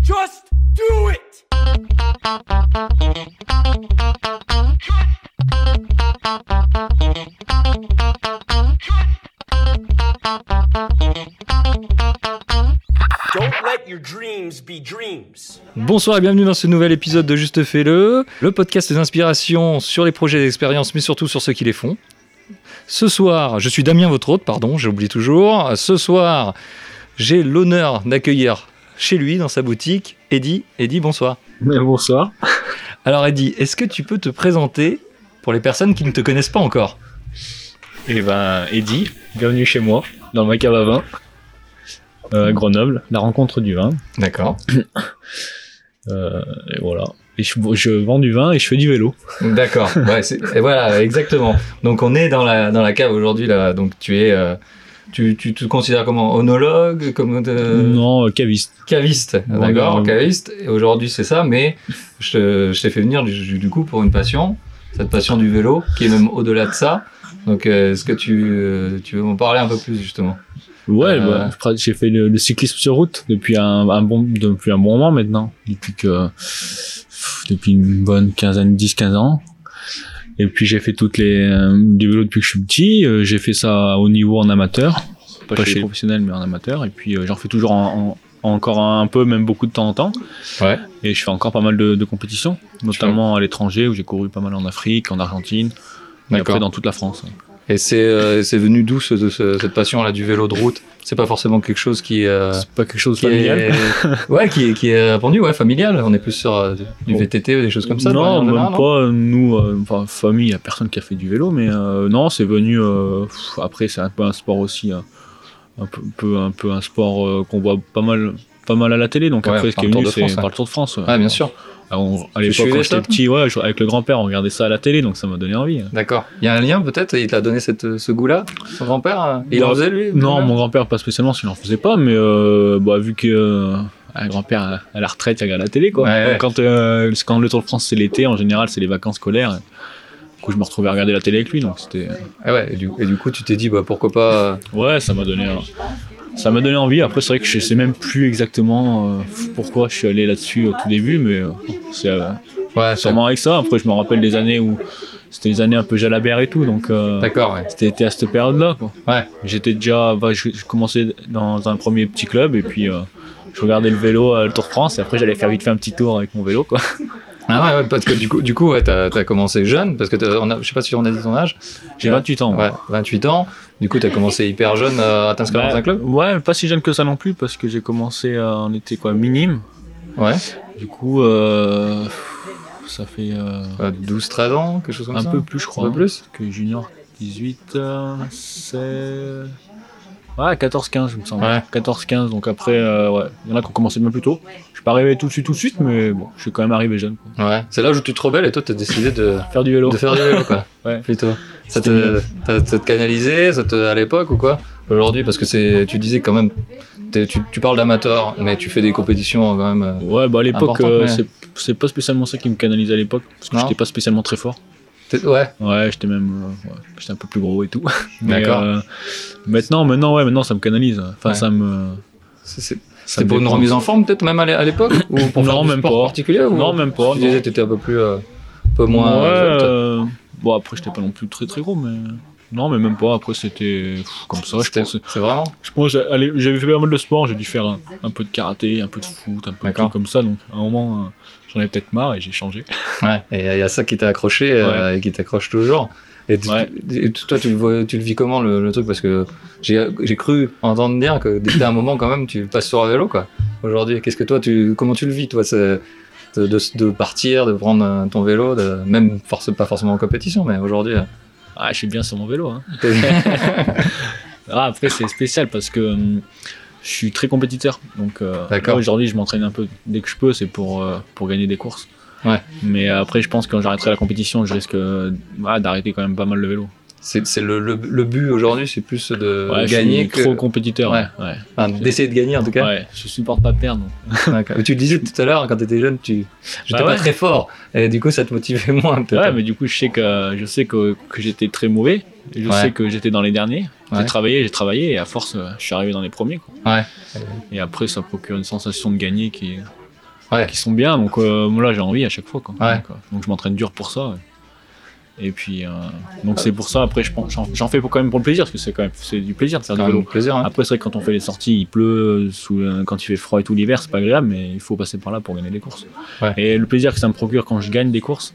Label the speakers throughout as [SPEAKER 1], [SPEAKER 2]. [SPEAKER 1] Just do it! Don't let your dreams be dreams.
[SPEAKER 2] Bonsoir et bienvenue dans ce nouvel épisode de Juste Fais-le, le podcast des inspirations sur les projets et les expériences, mais surtout sur ceux qui les font. Ce soir, je suis Damien, votre hôte, pardon, j'oublie toujours. Ce soir, j'ai l'honneur d'accueillir chez lui, dans sa boutique, Eddy. Eddy, bonsoir.
[SPEAKER 3] Mais bonsoir.
[SPEAKER 2] Alors Eddy, est-ce que tu peux te présenter pour les personnes qui ne te connaissent pas encore
[SPEAKER 3] Et ben, Eddy, bienvenue chez moi, dans ma cave à vin. Euh, Grenoble, la rencontre du vin.
[SPEAKER 2] D'accord.
[SPEAKER 3] Euh, et voilà. Et je, je vends du vin et je fais du vélo.
[SPEAKER 2] D'accord. Ouais, c'est- et voilà, exactement. Donc on est dans la, dans la cave aujourd'hui, là. Donc tu es... euh, tu, tu te considères comment Onologue comme euh,
[SPEAKER 3] Non, euh, caviste.
[SPEAKER 2] Caviste,
[SPEAKER 3] Bon,
[SPEAKER 2] d'accord,
[SPEAKER 3] non.
[SPEAKER 2] caviste. Et aujourd'hui, c'est ça, mais je, je t'ai fait venir du, du coup pour une passion, cette passion du vélo, qui est même au-delà de ça. Donc, euh, est-ce que tu, euh, tu veux m'en parler un peu plus, justement
[SPEAKER 3] Ouais,
[SPEAKER 2] Euh.
[SPEAKER 3] bah, je pra- j'ai fait le, le cyclisme sur route depuis un, un bon, depuis un bon moment maintenant. Depuis que, pff, depuis une bonne quinzaine, 10, 15 ans. Et puis j'ai fait toutes les, euh, du vélo depuis que je suis petit. Euh, j'ai fait ça au niveau en amateur. Pas, chez les professionnels, mais en amateur. Et puis euh, j'en fais toujours en- en- encore un peu, même beaucoup de temps en temps.
[SPEAKER 2] Ouais.
[SPEAKER 3] Et je fais encore pas mal de, de compétitions, notamment à l'étranger où j'ai couru pas mal en Afrique, en Argentine, et
[SPEAKER 2] D'accord.
[SPEAKER 3] après dans toute la France.
[SPEAKER 2] Et c'est euh, c'est venu d'où ce- ce- cette passion-là du vélo de route C'est pas forcément quelque chose qui, euh,
[SPEAKER 3] C'est pas quelque chose
[SPEAKER 2] qui
[SPEAKER 3] de familial.
[SPEAKER 2] est ouais, qui, est- qui est répandu, ouais, familial. On est plus sur euh, du
[SPEAKER 3] Bon.
[SPEAKER 2] VTT ou des choses comme ça. de manière
[SPEAKER 3] non, même
[SPEAKER 2] générale, non
[SPEAKER 3] pas. Nous, euh, enfin, famille, il a personne qui a fait du vélo, mais euh, non, c'est venu. euh, pff, après, c'est un peu un sport aussi, euh, un peu, peu- un peu un sport euh, qu'on voit pas mal, pas mal à la télé. Donc
[SPEAKER 2] Ouais,
[SPEAKER 3] après, ce
[SPEAKER 2] par
[SPEAKER 3] qui est
[SPEAKER 2] le Tour
[SPEAKER 3] venu,
[SPEAKER 2] de
[SPEAKER 3] c'est
[SPEAKER 2] France, ouais.
[SPEAKER 3] par le Tour de France. ouais.
[SPEAKER 2] Ah, bien sûr.
[SPEAKER 3] Ah, on- à
[SPEAKER 2] Tu
[SPEAKER 3] l'époque,
[SPEAKER 2] suivais
[SPEAKER 3] quand
[SPEAKER 2] ça,
[SPEAKER 3] j'étais
[SPEAKER 2] toi
[SPEAKER 3] petit, ouais, je- avec le grand-père, on regardait ça à la télé, donc ça m'a donné envie. hein.
[SPEAKER 2] D'accord. Il y a un lien peut-être Il t'a donné cette, ce goût-là Son grand-père hein Il en
[SPEAKER 3] Non.
[SPEAKER 2] faisait lui
[SPEAKER 3] Bah, Non,
[SPEAKER 2] lui-même
[SPEAKER 3] mon grand-père, pas spécialement, s'il en faisait pas, mais euh, bah, vu que euh, un grand-père à- à la retraite, il regarde la télé, quoi.
[SPEAKER 2] Ouais,
[SPEAKER 3] Donc,
[SPEAKER 2] ouais.
[SPEAKER 3] Quand, euh, quand le Tour de France, c'est l'été, en général, c'est les vacances scolaires. Du coup, je me retrouvais à regarder la télé avec lui, donc c'était. euh,
[SPEAKER 2] Ah ouais, et du, et du coup, tu t'es dit, bah, pourquoi pas. euh,
[SPEAKER 3] Ouais, ça m'a donné. euh, Ça m'a donné envie. Après, c'est vrai que je sais même plus exactement euh, pourquoi je suis allé là-dessus au tout début, mais euh, c'est euh,
[SPEAKER 2] Ouais, ça-
[SPEAKER 3] sûrement avec ça. Après, je me rappelle des années où c'était les années un peu Jalabert et tout, donc euh,
[SPEAKER 2] D'accord, ouais.
[SPEAKER 3] c'était été à cette période-là, quoi.
[SPEAKER 2] Ouais,
[SPEAKER 3] J'étais déjà, bah, je, je commençais dans un premier petit club et puis euh, je regardais le vélo euh, le Tour de France et après j'allais faire vite fait un petit tour avec mon vélo quoi.
[SPEAKER 2] Ah ouais, ouais, parce que du coup, du coup ouais, t'as as commencé jeune, parce que t'as- on a- je sais pas si on a dit ton âge.
[SPEAKER 3] J'ai 28 ans.
[SPEAKER 2] Ouais, 28 ans. Du coup, t'as commencé hyper jeune euh, à t'inscrire
[SPEAKER 3] Bah,
[SPEAKER 2] dans un club
[SPEAKER 3] ouais, mais pas si jeune que ça non plus parce que j'ai commencé euh, en été quoi minime.
[SPEAKER 2] Ouais.
[SPEAKER 3] Du coup, euh, ça fait euh,
[SPEAKER 2] Euh, 12, 13 ans, quelque chose comme
[SPEAKER 3] un
[SPEAKER 2] ça
[SPEAKER 3] peu plus je crois. hein,
[SPEAKER 2] Un peu plus
[SPEAKER 3] Que junior 18, euh, 16. Ouais, 14-15 je me semble.
[SPEAKER 2] Ouais.
[SPEAKER 3] 14-15 donc après euh, ouais, il y en a qui ont commencé bien plus tôt. Je suis pas arrivé tout de suite tout de suite mais bon, je suis quand même arrivé jeune. quoi.
[SPEAKER 2] Ouais. C'est là où tu te rebelles et toi, t'as décidé de,
[SPEAKER 3] Faire du vélo.
[SPEAKER 2] de faire du vélo, quoi.
[SPEAKER 3] Ouais.
[SPEAKER 2] Plutôt. Ça
[SPEAKER 3] C'était
[SPEAKER 2] te, t'as- ça te canalisait ça te, à l'époque ou quoi Aujourd'hui, parce que c'est, tu disais quand même, t'es- tu, tu parles d'amateur, mais tu fais des compétitions quand même. euh.
[SPEAKER 3] Ouais, bah à l'époque,
[SPEAKER 2] Important,
[SPEAKER 3] euh,
[SPEAKER 2] mais-
[SPEAKER 3] c'est- c'est pas spécialement ça qui me canalisait à l'époque, parce que
[SPEAKER 2] Non.
[SPEAKER 3] j'étais pas spécialement très fort.
[SPEAKER 2] T'es- Ouais,
[SPEAKER 3] Ouais, j'étais même, euh, ouais, j'étais un peu plus gros et tout. Mais,
[SPEAKER 2] D'accord.
[SPEAKER 3] euh, maintenant, maintenant, ouais, maintenant ça me canalise. Enfin,
[SPEAKER 2] Ouais.
[SPEAKER 3] ça me.
[SPEAKER 2] c'est, c'est-
[SPEAKER 3] ça
[SPEAKER 2] C'était
[SPEAKER 3] me
[SPEAKER 2] pour une
[SPEAKER 3] détend.
[SPEAKER 2] remise en forme peut-être même à l'é- à l'époque ou pour
[SPEAKER 3] Non,
[SPEAKER 2] faire du
[SPEAKER 3] même
[SPEAKER 2] sport
[SPEAKER 3] pas.
[SPEAKER 2] particulier ou-
[SPEAKER 3] Non, même pas.
[SPEAKER 2] Tu
[SPEAKER 3] non.
[SPEAKER 2] disais t'étais un peu plus euh, un peu moins
[SPEAKER 3] Ouais,
[SPEAKER 2] euh,
[SPEAKER 3] euh, bon après j'étais pas non plus très très gros, mais non, mais même pas. Après c'était pff, comme ça. Je
[SPEAKER 2] c'était-
[SPEAKER 3] pense,
[SPEAKER 2] c'est vraiment
[SPEAKER 3] je pense, allez, j'avais fait pas mal de sport. J'ai dû faire un, un peu de karaté, un peu de foot, un peu de
[SPEAKER 2] D'accord.
[SPEAKER 3] trucs comme ça. Donc à un moment, euh, j'en avais peut-être marre et j'ai changé.
[SPEAKER 2] ouais et il y a ça qui t'a accroché euh, et qui t'accroche toujours et, tu-
[SPEAKER 3] Ouais.
[SPEAKER 2] et tu- toi tu le vois- tu le vis comment le, le truc parce que j'ai j'ai cru entendre dire que dès un moment quand même tu passes sur un vélo quoi aujourd'hui qu'est-ce que toi tu comment tu le vis toi c'est de, de, de partir de prendre euh, ton vélo de, même force pas forcément en compétition mais aujourd'hui euh,
[SPEAKER 3] Ah, je suis bien sur mon vélo. Hein.
[SPEAKER 2] t'es-
[SPEAKER 3] Ah, après, c'est spécial parce que hum, je suis très compétiteur. Donc, euh,
[SPEAKER 2] D'accord.
[SPEAKER 3] là, aujourd'hui, je m'entraîne un peu dès que je peux, c'est pour, euh, pour gagner des courses.
[SPEAKER 2] Ouais.
[SPEAKER 3] Mais euh, après, je pense que quand j'arrêterai la compétition, je risque euh, ah, d'arrêter quand même pas mal le vélo.
[SPEAKER 2] c'est c'est le, le, le but aujourd'hui c'est plus de
[SPEAKER 3] Ouais, je
[SPEAKER 2] gagner
[SPEAKER 3] suis
[SPEAKER 2] que
[SPEAKER 3] trop compétiteur.
[SPEAKER 2] Ouais.
[SPEAKER 3] ouais.
[SPEAKER 2] Enfin, d'essayer de gagner en tout cas.
[SPEAKER 3] Ouais, je supporte pas perdre. donc.
[SPEAKER 2] D'accord. Mais Tu le disais tout à l'heure, quand tu étais jeune, tu j'étais
[SPEAKER 3] Bah
[SPEAKER 2] pas
[SPEAKER 3] ouais.
[SPEAKER 2] très fort. Et du coup, ça te motivait moins peut-être.
[SPEAKER 3] Ouais, mais du coup, je sais que, je sais que, que j'étais très mauvais. et Je
[SPEAKER 2] Ouais.
[SPEAKER 3] sais que j'étais dans les derniers.
[SPEAKER 2] Ouais.
[SPEAKER 3] J'ai travaillé, j'ai travaillé, et à force, euh, je suis arrivé dans les premiers. quoi.
[SPEAKER 2] Ouais.
[SPEAKER 3] Et après, ça procure une sensation de gagner qui est
[SPEAKER 2] Ouais.
[SPEAKER 3] qui sont bien. Donc euh, moi, là, j'ai envie à chaque fois. Quoi.
[SPEAKER 2] Ouais.
[SPEAKER 3] Donc, euh, donc, je m'entraîne dur pour ça. ouais. Et puis, euh, donc c'est pour ça. Après, je pense- j'en j'en fais pour, quand même pour le plaisir, parce que c'est quand même c'est du plaisir de faire du
[SPEAKER 2] Quand
[SPEAKER 3] vélo.
[SPEAKER 2] même plaisir. hein.
[SPEAKER 3] Après, c'est vrai que quand on fait les sorties, il pleut, sous, euh, quand il fait froid et tout l'hiver, c'est pas agréable, mais il faut passer par là pour gagner des courses.
[SPEAKER 2] Ouais.
[SPEAKER 3] Et le plaisir que ça me procure quand je gagne des courses,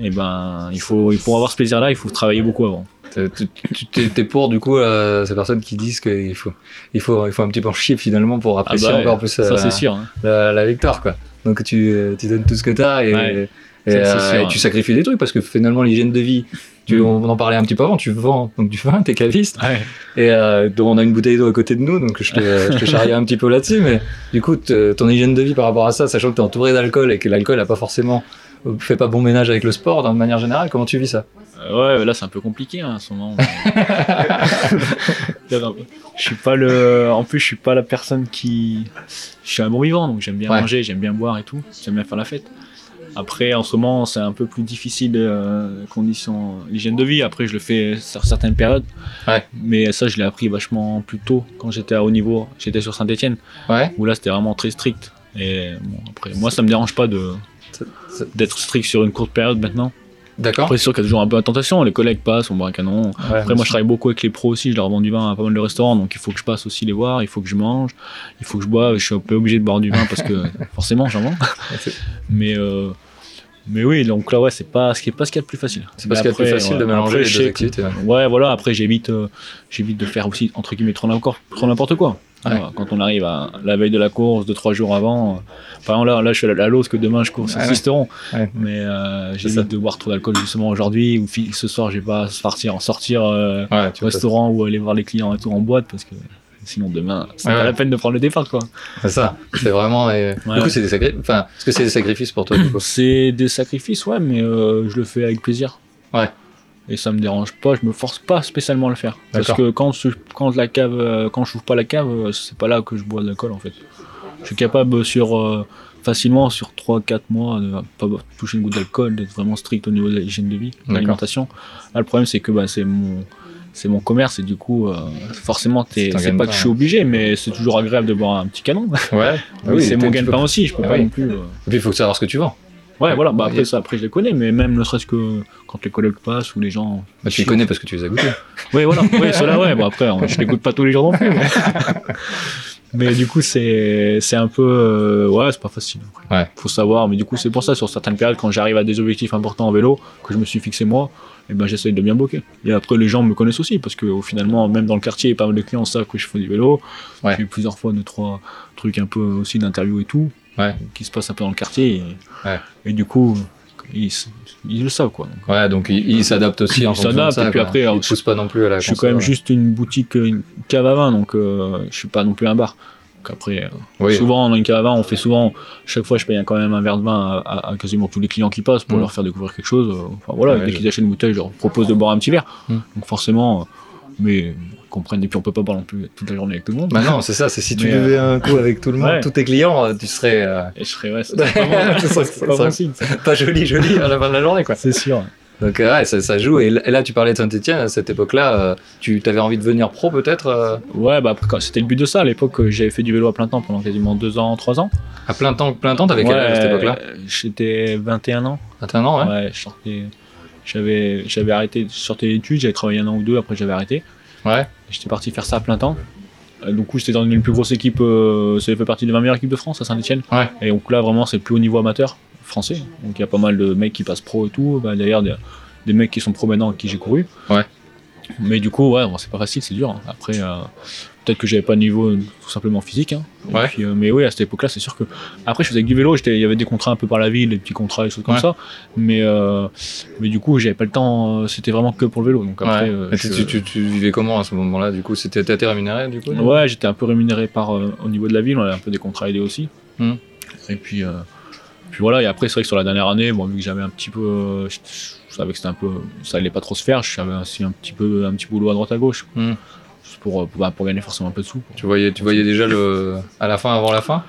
[SPEAKER 3] et ben, il faut, pour avoir ce plaisir-là, il faut travailler beaucoup avant.
[SPEAKER 2] T'es- tu- tu- T'es t'es pour du coup euh, ces personnes qui disent qu'il faut, il faut, il faut un petit peu en chier finalement pour apprécier
[SPEAKER 3] Ah bah ouais,
[SPEAKER 2] encore plus euh,
[SPEAKER 3] ça,
[SPEAKER 2] la,
[SPEAKER 3] c'est sûr. hein.
[SPEAKER 2] la- la victoire quoi. Donc tu, euh, tu donnes tout ce que t'as et,
[SPEAKER 3] Ouais,
[SPEAKER 2] et,
[SPEAKER 3] ça, c'est
[SPEAKER 2] euh,
[SPEAKER 3] sûr,
[SPEAKER 2] et
[SPEAKER 3] hein.
[SPEAKER 2] tu sacrifies des trucs parce que finalement l'hygiène de vie, tu,
[SPEAKER 3] Mm.
[SPEAKER 2] on en parlait un petit peu avant, tu vends donc du vin, t'es caviste
[SPEAKER 3] Ouais.
[SPEAKER 2] et euh, donc, on a une bouteille d'eau à côté de nous donc je te, je te charrie un petit peu là-dessus mais du coup te- ton hygiène de vie par rapport à ça, sachant que t'es entouré d'alcool et que l'alcool a pas forcément euh, fait pas bon ménage avec le sport hein, de manière générale, comment tu vis ça
[SPEAKER 3] Euh, ouais, là c'est un peu compliqué hein, en ce moment. Non, non, je suis pas le. En plus, je suis pas la personne qui. Je suis un bon vivant, donc j'aime bien
[SPEAKER 2] Ouais.
[SPEAKER 3] manger, j'aime bien boire et tout. J'aime bien faire la fête. Après, en ce moment, c'est un peu plus difficile euh, condition l'hygiène de vie. Après, je le fais sur certaines périodes.
[SPEAKER 2] Ouais.
[SPEAKER 3] Mais ça, je l'ai appris vachement plus tôt quand j'étais à haut niveau. J'étais sur Saint-Étienne,
[SPEAKER 2] Ouais.
[SPEAKER 3] où là, c'était vraiment très strict. Et bon, après, moi, ça me dérange pas de
[SPEAKER 2] Ça- ça-
[SPEAKER 3] d'être strict sur une courte période maintenant.
[SPEAKER 2] D'accord.
[SPEAKER 3] Après, c'est sûr qu'il y a toujours un peu de tentation. Les collègues passent, on boit un canon.
[SPEAKER 2] Ouais,
[SPEAKER 3] Après, moi, je travaille beaucoup avec les pros aussi. Je leur vends du vin à pas mal de restaurants. Donc, il faut que je passe aussi les voir. Il faut que je mange. Il faut que je bois. Je suis un peu obligé de boire du vin parce que forcément, j'en vends.
[SPEAKER 2] C'est-
[SPEAKER 3] Mais, euh, mais oui, donc là, ouais, c'est pas, ce qui est pas ce qu'il y a de plus facile.
[SPEAKER 2] C'est parce
[SPEAKER 3] Mais
[SPEAKER 2] qu'il est plus
[SPEAKER 3] après,
[SPEAKER 2] facile
[SPEAKER 3] ouais,
[SPEAKER 2] de mélanger
[SPEAKER 3] après,
[SPEAKER 2] les
[SPEAKER 3] je
[SPEAKER 2] deux
[SPEAKER 3] sais que-
[SPEAKER 2] activités. ouais.
[SPEAKER 3] Ouais, voilà. Après, j'évite, euh, j'évite de faire aussi, entre guillemets, trop n'importe trop n'importe quoi.
[SPEAKER 2] Ouais.
[SPEAKER 3] Voilà, Quand on arrive à la veille de la course, deux, trois jours avant, euh, par exemple, là, là, je suis à la lose que demain je cours sur
[SPEAKER 2] Ah ouais.
[SPEAKER 3] Sisteron.
[SPEAKER 2] Ouais.
[SPEAKER 3] Mais euh,
[SPEAKER 2] ça.
[SPEAKER 3] j'évite de boire trop d'alcool justement aujourd'hui ou fi- ce soir, je vais pas partir en sortir euh,
[SPEAKER 2] Ouais,
[SPEAKER 3] au
[SPEAKER 2] tu vois,
[SPEAKER 3] restaurant ou aller voir les clients et tout en boîte parce que sinon demain, c'est
[SPEAKER 2] Ouais,
[SPEAKER 3] pas
[SPEAKER 2] ouais.
[SPEAKER 3] la peine de prendre le départ quoi.
[SPEAKER 2] C'est ça. C'est vraiment. euh,
[SPEAKER 3] Ouais.
[SPEAKER 2] Du coup, c'est des sacrifices. Enfin, est-ce que c'est des sacrifices pour toi du coup
[SPEAKER 3] C'est des sacrifices, ouais, mais euh, je le fais avec plaisir.
[SPEAKER 2] Ouais.
[SPEAKER 3] Et ça me dérange pas, je me force pas spécialement à le faire. Parce
[SPEAKER 2] D'accord.
[SPEAKER 3] que quand, je- quand la cave, euh, quand je ouvre pas la cave, euh, c'est pas là que je bois de l'alcool en fait. Je suis capable sur euh, facilement sur 3-4 mois de pas toucher une goutte d'alcool, d'être vraiment strict au niveau de l'hygiène de vie, de
[SPEAKER 2] D'accord.
[SPEAKER 3] l'alimentation. Là, le problème c'est que bah, c'est mon c'est mon commerce et du coup euh, forcément t'es-
[SPEAKER 2] C'est un
[SPEAKER 3] c'est
[SPEAKER 2] gain de
[SPEAKER 3] pas
[SPEAKER 2] pain,
[SPEAKER 3] que je suis obligé mais c'est toujours agréable de boire un petit canon
[SPEAKER 2] Ouais.
[SPEAKER 3] mais c'est mon gain de
[SPEAKER 2] pas.
[SPEAKER 3] pain aussi je peux
[SPEAKER 2] Ah
[SPEAKER 3] pas
[SPEAKER 2] oui.
[SPEAKER 3] non plus euh,
[SPEAKER 2] Et puis, il faut que savoir ce que tu vends.
[SPEAKER 3] Ouais, voilà, bah
[SPEAKER 2] Ouais.
[SPEAKER 3] après ça, après je les connais, mais même ne serait-ce que quand les collègues passent ou les gens.
[SPEAKER 2] Bah, tu les connais parce que tu les as goûtés.
[SPEAKER 3] Ouais, voilà, ouais, ceux-là, ouais, bah après, hein, je les goûte pas tous les jours non plus. Mais, mais du coup, c'est c'est un peu. euh, ouais, c'est pas facile. après.
[SPEAKER 2] Ouais.
[SPEAKER 3] Faut savoir, mais du coup, c'est pour ça, sur certaines périodes, quand j'arrive à des objectifs importants en vélo, que je me suis fixé moi, et ben j'essaye de bien bloquer. Et après, les gens me connaissent aussi, parce que au finalement, même dans le quartier, pas mal de clients savent que je fais du vélo.
[SPEAKER 2] Ouais.
[SPEAKER 3] J'ai eu plusieurs fois deux, trois trucs un peu aussi d'interview et tout,
[SPEAKER 2] Ouais.
[SPEAKER 3] qui se passent un peu dans le quartier. Et,
[SPEAKER 2] Ouais.
[SPEAKER 3] et du coup, ils, ils le savent, quoi. Donc,
[SPEAKER 2] Ouais, donc ils ils s'adaptent aussi en
[SPEAKER 3] Ils
[SPEAKER 2] fonction de
[SPEAKER 3] s'adaptent,
[SPEAKER 2] ça,
[SPEAKER 3] et puis
[SPEAKER 2] quoi.
[SPEAKER 3] après,
[SPEAKER 2] ils
[SPEAKER 3] alors,
[SPEAKER 2] te poussent pas non plus à la.
[SPEAKER 3] je suis quand même
[SPEAKER 2] console,
[SPEAKER 3] juste une boutique, euh, une cave à vin, donc euh, je suis pas non plus un bar. Donc après, euh,
[SPEAKER 2] ouais. Oui.
[SPEAKER 3] souvent dans une cave à vin, on fait souvent, chaque fois je paye quand même un verre de vin à, à- à quasiment tous les clients qui passent pour
[SPEAKER 2] Mm.
[SPEAKER 3] leur faire découvrir quelque chose. euh, Enfin voilà,
[SPEAKER 2] Ouais,
[SPEAKER 3] dès
[SPEAKER 2] je-
[SPEAKER 3] qu'ils achètent une bouteille, je leur propose de boire un petit verre.
[SPEAKER 2] Mm.
[SPEAKER 3] Donc forcément, euh, mais ils comprennent, et puis on peut pas boire non plus toute la journée avec tout le monde.
[SPEAKER 2] Bah non, c'est ça. C'est si tu
[SPEAKER 3] Mais, euh,
[SPEAKER 2] buvais un coup avec tout le monde,
[SPEAKER 3] ouais.
[SPEAKER 2] tous tes clients, euh, tu serais euh,
[SPEAKER 3] Et je serais, ouais, c'est pas bon.
[SPEAKER 2] Ce serait-
[SPEAKER 3] C'est
[SPEAKER 2] ce
[SPEAKER 3] pas bon
[SPEAKER 2] serait
[SPEAKER 3] signe, ça.
[SPEAKER 2] pas joli, joli à la fin de la journée, quoi.
[SPEAKER 3] C'est sûr.
[SPEAKER 2] Donc euh, ouais, ça, ça joue. Et là, et là, tu parlais de Saint-Etienne à cette époque-là. euh, tu t'avais envie de devenir pro, peut-être, euh,
[SPEAKER 3] Ouais, bah après, quand- c'était le but de ça. À l'époque, euh, j'avais fait du vélo à plein temps pendant quasiment deux ans, trois ans.
[SPEAKER 2] à plein temps. Plein temps, t'avais
[SPEAKER 3] Ouais,
[SPEAKER 2] quel âge à cette époque-là
[SPEAKER 3] euh, J'étais 21 ans.
[SPEAKER 2] 21 ans, ouais.
[SPEAKER 3] Ouais, je sortais- j'avais, j'avais arrêté, je sortais d'études, j'avais travaillé un an ou deux, après j'avais arrêté.
[SPEAKER 2] Ouais.
[SPEAKER 3] J'étais parti faire ça à plein temps. Euh, Du coup, j'étais dans une plus grosse équipe, euh, ça fait partie de ma meilleure équipe de France à Saint-Etienne.
[SPEAKER 2] Ouais.
[SPEAKER 3] Et donc là, vraiment, c'est le plus haut niveau amateur français. Donc il y a pas mal de mecs qui passent pro et tout. Bah, D'ailleurs, des, des mecs qui sont pro maintenant avec qui j'ai couru.
[SPEAKER 2] Ouais.
[SPEAKER 3] Mais du coup, ouais, bon, c'est pas facile, c'est dur. hein. Après, euh, peut-être que j'avais pas de niveau euh, tout simplement physique. hein. Et
[SPEAKER 2] Ouais.
[SPEAKER 3] puis, euh, mais oui, à cette époque-là, c'est sûr que. Après, je faisais avec du vélo, j'étais- il y avait des contrats un peu par la ville, des petits contrats et choses comme
[SPEAKER 2] Ouais.
[SPEAKER 3] ça. Mais, euh, mais du coup, j'avais pas le temps, euh, c'était vraiment que pour le vélo. Donc après,
[SPEAKER 2] Ouais.
[SPEAKER 3] euh,
[SPEAKER 2] Mais
[SPEAKER 3] je-
[SPEAKER 2] tu, tu- tu- tu vivais comment à ce moment-là Du coup, c'était t'étais rémunéré du coup
[SPEAKER 3] Ouais, j'étais un peu rémunéré par euh, au niveau de la ville, on avait un peu des contrats aidés aussi.
[SPEAKER 2] Hmm.
[SPEAKER 3] Et puis, euh, puis voilà, et après c'est vrai que sur la dernière année, bon, vu que j'avais un petit peu, euh, je, je savais que c'était un peu, ça allait pas trop se faire, j'avais aussi un petit peu, un petit boulot à droite à gauche,
[SPEAKER 2] Hmm.
[SPEAKER 3] juste pour, euh, pour, bah, pour gagner forcément un peu de sous.
[SPEAKER 2] Tu voyais, tu voyais déjà le à la fin, avant la fin.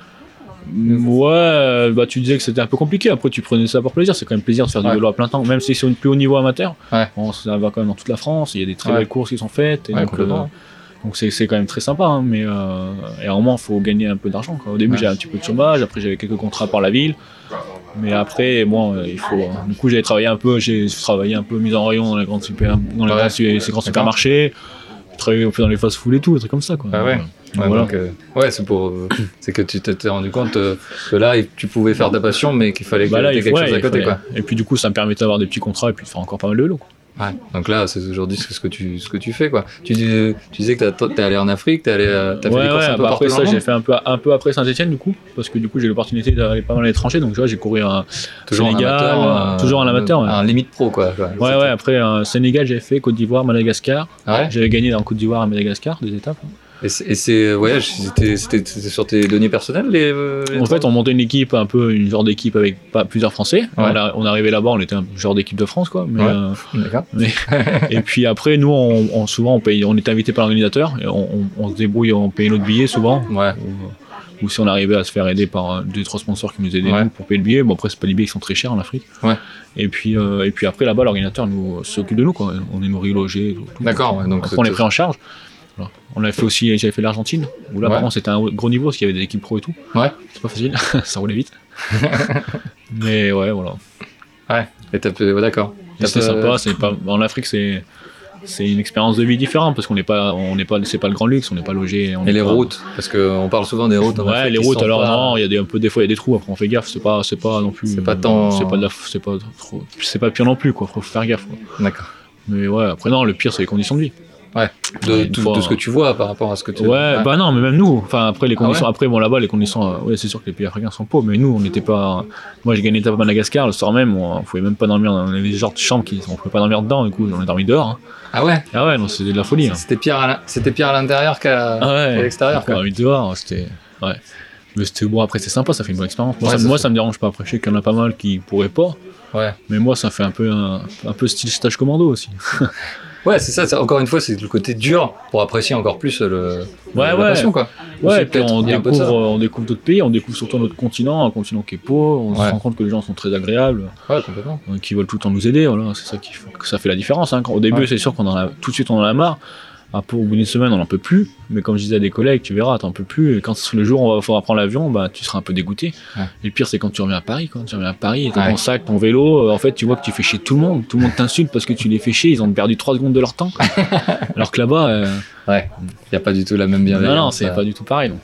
[SPEAKER 3] Ouais, euh, bah tu disais que c'était un peu compliqué. Après, tu prenais ça pour plaisir. C'est quand même plaisir de faire du
[SPEAKER 2] Ouais.
[SPEAKER 3] vélo à plein temps, même si c'est au plus haut niveau amateur.
[SPEAKER 2] Ouais.
[SPEAKER 3] Bon, ça va quand même dans toute la France. Il y a des très
[SPEAKER 2] Ouais.
[SPEAKER 3] belles courses qui sont faites. Et
[SPEAKER 2] Ouais,
[SPEAKER 3] donc,
[SPEAKER 2] complètement.
[SPEAKER 3] euh, Donc c'est c'est quand même très sympa, hein, mais euh, et à un moment, faut gagner un peu d'argent. quoi. Au début,
[SPEAKER 2] Ouais.
[SPEAKER 3] j'avais un petit peu de chômage, après j'avais quelques contrats par la ville, mais après, bon, euh, il faut. euh, du coup, j'avais travaillé un peu, j'ai travaillé un peu mise en rayon dans les grandes super, dans les
[SPEAKER 2] Ouais.
[SPEAKER 3] grands su- ces grands
[SPEAKER 2] D'accord.
[SPEAKER 3] supermarchés, j'ai travaillé un peu dans les fast-food et tout, des trucs comme ça, quoi.
[SPEAKER 2] Ah ouais. Ouais,
[SPEAKER 3] Voilà.
[SPEAKER 2] donc, euh, ouais, c'est pour, euh, c'est que tu t'étais rendu compte euh, que là, tu pouvais faire ta passion, mais qu'il fallait que
[SPEAKER 3] Bah là,
[SPEAKER 2] t'aies
[SPEAKER 3] il faut-
[SPEAKER 2] quelque
[SPEAKER 3] ouais,
[SPEAKER 2] chose à
[SPEAKER 3] il
[SPEAKER 2] côté,
[SPEAKER 3] fallait-
[SPEAKER 2] quoi.
[SPEAKER 3] Et puis du coup, ça me permettait d'avoir des petits contrats et puis de faire encore pas mal de lots. quoi.
[SPEAKER 2] Ouais. Donc là, c'est aujourd'hui ce que tu, ce que tu fais, quoi. Tu, dis- tu disais que t'as- t'es allé en Afrique, t'es allé, euh, t'as fait des courses un peu
[SPEAKER 3] bah
[SPEAKER 2] partout
[SPEAKER 3] après
[SPEAKER 2] dans le
[SPEAKER 3] ça, j'ai
[SPEAKER 2] monde.
[SPEAKER 3] fait un peu, un peu après Saint-Etienne, du coup, parce que du coup, j'ai eu l'opportunité d'aller pas mal à l'étranger, donc tu vois, j'ai couru un.
[SPEAKER 2] Toujours en
[SPEAKER 3] Sénégal,
[SPEAKER 2] amateur.
[SPEAKER 3] euh, toujours en amateur, ouais.
[SPEAKER 2] Un limite pro, quoi. quoi.
[SPEAKER 3] Ouais, ouais, après euh, Sénégal, j'avais fait Côte d'Ivoire, Madagascar.
[SPEAKER 2] Ah Ouais.
[SPEAKER 3] J'avais gagné en Côte d'Ivoire à Madagascar, des étapes.
[SPEAKER 2] Et, c'est- et ces voyages, c'était c'était- c'était sur tes deniers personnels, les. euh, les
[SPEAKER 3] En fait, on montait une équipe, un peu une genre d'équipe avec pas, plusieurs Français. On, a- on arrivait là-bas, on était un genre d'équipe de France, quoi. mais,
[SPEAKER 2] Ouais.
[SPEAKER 3] euh,
[SPEAKER 2] D'accord.
[SPEAKER 3] et puis après, nous, on, on- souvent, on, paye, on était invité par l'organisateur, et on, on- on se débrouille, on payait notre billet souvent.
[SPEAKER 2] Ouais.
[SPEAKER 3] Ou, ou si on arrivait à se faire aider par euh, deux, trois sponsors qui nous aidaient
[SPEAKER 2] Ouais.
[SPEAKER 3] nous, pour payer le billet. Bon, après, c'est pas les billets qui sont très chers en Afrique.
[SPEAKER 2] Ouais.
[SPEAKER 3] Et puis, euh, et puis après, là-bas, l'organisateur nous- euh, s'occupe de nous, quoi. On est nourri, logé. et tout.
[SPEAKER 2] D'accord. ouais, Donc
[SPEAKER 3] Après, on les pris en charge. Voilà. On a fait aussi, j'avais fait l'Argentine, où là,
[SPEAKER 2] Ouais.
[SPEAKER 3] par contre, c'était un gros niveau parce qu'il y avait des équipes pro et tout.
[SPEAKER 2] Ouais.
[SPEAKER 3] C'est pas facile, ça roulait vite. Mais ouais, voilà.
[SPEAKER 2] Et t'as pu- ouais, d'accord. T'as euh,
[SPEAKER 3] C'était
[SPEAKER 2] pas-
[SPEAKER 3] sympa. C'est pas, en Afrique, c'est. C'est une expérience de vie différente parce qu'on n'est pas, on n'est pas, c'est pas le grand luxe, on n'est pas logé. on
[SPEAKER 2] Et
[SPEAKER 3] n'est
[SPEAKER 2] les
[SPEAKER 3] pas-
[SPEAKER 2] routes, parce qu'on parle souvent des routes. en
[SPEAKER 3] Ouais,
[SPEAKER 2] Afrique
[SPEAKER 3] les
[SPEAKER 2] qui
[SPEAKER 3] routes.
[SPEAKER 2] sont
[SPEAKER 3] Alors
[SPEAKER 2] pas-
[SPEAKER 3] non, il y a des, un peu des fois, il y a des trous. Après, on fait gaffe. C'est pas, c'est pas non plus.
[SPEAKER 2] C'est pas tant-
[SPEAKER 3] C'est pas de la, c'est pas trop, c'est pas pire non plus quoi. Faut faire gaffe. quoi.
[SPEAKER 2] D'accord.
[SPEAKER 3] Mais ouais. Après non, le pire c'est les conditions de vie.
[SPEAKER 2] De,
[SPEAKER 3] Une
[SPEAKER 2] tout-
[SPEAKER 3] fois,
[SPEAKER 2] de ce que
[SPEAKER 3] hein.
[SPEAKER 2] tu vois par rapport à ce que tu.
[SPEAKER 3] Ouais, bah non, mais même nous. Enfin, après, les conditions.
[SPEAKER 2] Ah ouais
[SPEAKER 3] après, bon, là-bas, les conditions. euh, ouais, c'est sûr que les pays africains sont pauvres, mais nous, on n'était pas. Moi, j'ai gagné l'étape à Madagascar le soir même. On, on pouvait même pas dormir. On avait des genres de chambres qui. On pouvait pas dormir dedans, du coup, on a dormi dehors. hein.
[SPEAKER 2] Ah ouais.
[SPEAKER 3] Ah ouais, non, c'était de la folie. hein.
[SPEAKER 2] C'était pire à l'in- c'était pire à l'intérieur qu'à
[SPEAKER 3] Ah ouais.
[SPEAKER 2] qu'à l'extérieur.
[SPEAKER 3] On a
[SPEAKER 2] quoi.
[SPEAKER 3] dormi dehors, hein, c'était. Ouais. Mais c'était bon, après, c'est sympa, ça fait une bonne expérience. Moi,
[SPEAKER 2] Ouais,
[SPEAKER 3] ça,
[SPEAKER 2] ça
[SPEAKER 3] moi,
[SPEAKER 2] fait-
[SPEAKER 3] ça me dérange pas. Après, je sais qu'il y en a pas mal qui pourraient pas.
[SPEAKER 2] Ouais.
[SPEAKER 3] Mais moi, ça fait un peu, un, un peu style stage commando aussi.
[SPEAKER 2] Ouais, c'est ça, ça- Encore une fois, c'est le côté dur pour apprécier encore plus le.
[SPEAKER 3] Ouais,
[SPEAKER 2] la
[SPEAKER 3] ouais.
[SPEAKER 2] passion, quoi.
[SPEAKER 3] Ouais,
[SPEAKER 2] C'est
[SPEAKER 3] et puis
[SPEAKER 2] peut-être-
[SPEAKER 3] on
[SPEAKER 2] il y a un peu
[SPEAKER 3] découvre,
[SPEAKER 2] de ça.
[SPEAKER 3] euh, on découvre d'autres pays, on découvre surtout notre continent, un continent qui est pauvre, on
[SPEAKER 2] Ouais.
[SPEAKER 3] se rend compte que les gens sont très agréables.
[SPEAKER 2] Ouais, complètement.
[SPEAKER 3] Euh, qui veulent tout le temps nous aider. Voilà, c'est ça qui fait, que ça fait la différence. hein. Quand- Au début,
[SPEAKER 2] Ouais.
[SPEAKER 3] c'est sûr qu'on en a tout de suite on en a marre. Après, au bout d'une semaine, on n'en peut plus. Mais comme je disais à des collègues, tu verras, t'en peux plus. Et quand c'est le jour où on va falloir prendre l'avion, bah, tu seras un peu dégoûté.
[SPEAKER 2] Ouais.
[SPEAKER 3] Et le pire, c'est quand tu reviens à Paris. Quand tu reviens à Paris, t'as
[SPEAKER 2] Ouais.
[SPEAKER 3] ton sac, ton vélo, euh, en fait, tu vois que tu fais chier tout le monde. Tout le monde t'insulte parce que tu les fais chier. Ils ont perdu 3 secondes de leur temps. Alors que là-bas, euh,
[SPEAKER 2] Il n'y a pas du tout la même
[SPEAKER 3] non,
[SPEAKER 2] bienveillance.
[SPEAKER 3] non, c'est
[SPEAKER 2] ça.
[SPEAKER 3] pas du tout pareil. Donc.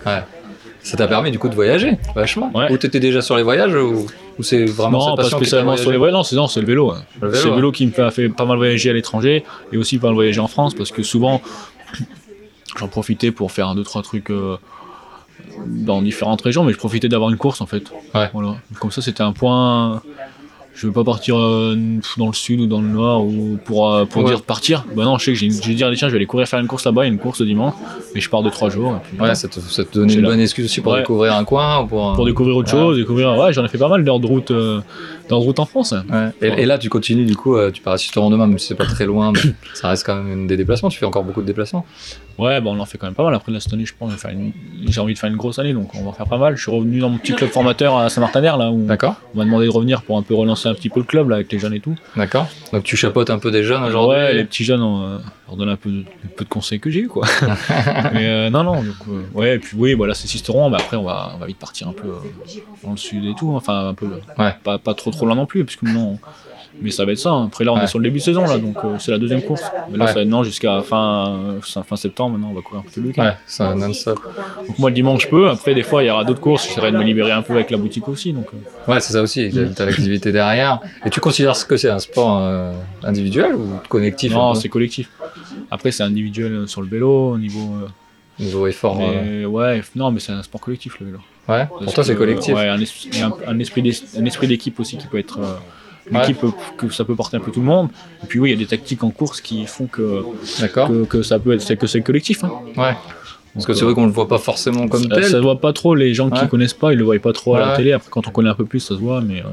[SPEAKER 2] Ça t'a permis du coup de voyager, vachement.
[SPEAKER 3] Ouais.
[SPEAKER 2] Ou t'étais déjà sur les voyages ou, ou c'est vraiment
[SPEAKER 3] non,
[SPEAKER 2] cette
[SPEAKER 3] pas
[SPEAKER 2] passion qui t'a
[SPEAKER 3] spécialement sur les
[SPEAKER 2] voyagé
[SPEAKER 3] voyages. Non, c'est non, c'est le vélo. hein.
[SPEAKER 2] Le vélo,
[SPEAKER 3] C'est le
[SPEAKER 2] hein.
[SPEAKER 3] vélo qui me fait, a fait pas mal voyager à l'étranger et aussi pas mal voyager en France parce que souvent j'en profitais pour faire un, deux trois trucs euh, dans différentes régions, mais je profitais d'avoir une course en fait.
[SPEAKER 2] Ouais.
[SPEAKER 3] Voilà. Comme ça, c'était un point. Je veux pas partir euh, dans le sud ou dans le nord ou pour euh, pour
[SPEAKER 2] Ouais.
[SPEAKER 3] dire partir. Bah non, je sais que j'ai une- je vais dire allez, tiens, je vais aller courir faire une course là-bas, il y a une course le dimanche et je pars de trois jours. et puis,
[SPEAKER 2] Ouais, ça te, ça te donnait
[SPEAKER 3] C'est
[SPEAKER 2] une
[SPEAKER 3] là.
[SPEAKER 2] bonne excuse aussi pour
[SPEAKER 3] Ouais.
[SPEAKER 2] découvrir un coin ou pour. euh,
[SPEAKER 3] Pour découvrir autre
[SPEAKER 2] Ouais.
[SPEAKER 3] chose, découvrir. Ouais, j'en ai fait pas mal d'heures de route, euh, d'heures de route en France. hein.
[SPEAKER 2] Ouais. Et, et là, tu continues du coup, euh, tu pars à Citeron demain, même si c'est pas très loin, mais ça reste quand même des déplacements. Tu fais encore beaucoup de déplacements.
[SPEAKER 3] Ouais, bah on en fait quand même pas mal. Après, là, cette année, je pense, je vais faire une- j'ai envie de faire une grosse année, donc on va faire pas mal. Je suis revenu dans mon petit club formateur à Saint-Martin-d'Air, là, où
[SPEAKER 2] D'accord,
[SPEAKER 3] on m'a demandé de revenir pour un peu relancer un petit peu le club, là, avec les jeunes et tout.
[SPEAKER 2] d'accord. Donc tu chapeautes un peu des jeunes aujourd'hui.
[SPEAKER 3] Ah, Ouais, les petits jeunes, on euh, leur donne un peu de, un peu de conseils que j'ai eu, quoi. Mais euh, non, non, donc, euh, ouais, et puis oui, voilà, c'est Sisteron, mais après, on va, on va vite partir un peu euh, dans le sud et tout, hein. enfin, un peu, euh,
[SPEAKER 2] Ouais.
[SPEAKER 3] pas, pas trop trop loin non plus, parce que maintenant, mais ça va être ça. hein. Après, là, on
[SPEAKER 2] Ouais.
[SPEAKER 3] est sur le début de saison, là, donc euh, c'est la deuxième course. Mais là,
[SPEAKER 2] Ouais.
[SPEAKER 3] ça va être non jusqu'à fin, euh, fin, fin septembre, maintenant, on va courir un peu le week-end.
[SPEAKER 2] Ouais, c'est un non-stop.
[SPEAKER 3] Donc moi le dimanche je peux, après des fois il y aura d'autres courses, j'essaierai de me libérer un peu avec la boutique aussi. Donc, euh.
[SPEAKER 2] Ouais, c'est ça aussi. T'as- T'as l'activité derrière. Et tu considères ce que c'est un sport euh, individuel ou collectif
[SPEAKER 3] Non,
[SPEAKER 2] un peu
[SPEAKER 3] c'est collectif. Après c'est individuel euh, sur le vélo, au niveau... euh,
[SPEAKER 2] Niveau effort. euh,
[SPEAKER 3] mais, ouais, f- non mais c'est un sport collectif le vélo.
[SPEAKER 2] Ouais.
[SPEAKER 3] Parce
[SPEAKER 2] Pour toi, c'est
[SPEAKER 3] que,
[SPEAKER 2] collectif.
[SPEAKER 3] Ouais, un, es- un- un esprit d'es- un esprit d'équipe aussi qui peut être... euh,
[SPEAKER 2] Ouais.
[SPEAKER 3] l'équipe, euh, que ça peut porter un peu tout le monde. Et puis oui, il y a des tactiques en course qui font que,
[SPEAKER 2] D'accord.
[SPEAKER 3] que, que ça peut être, c'est que c'est collectif. hein. euh,
[SPEAKER 2] Ouais. Parce que c'est vrai qu'on le voit pas forcément comme
[SPEAKER 3] ça,
[SPEAKER 2] tel.
[SPEAKER 3] ça se voit pas trop, les gens qui
[SPEAKER 2] Ouais.
[SPEAKER 3] connaissent pas, ils le voient pas trop à la
[SPEAKER 2] Ouais.
[SPEAKER 3] télé. Après, quand on connaît un peu plus, ça se voit, mais. euh,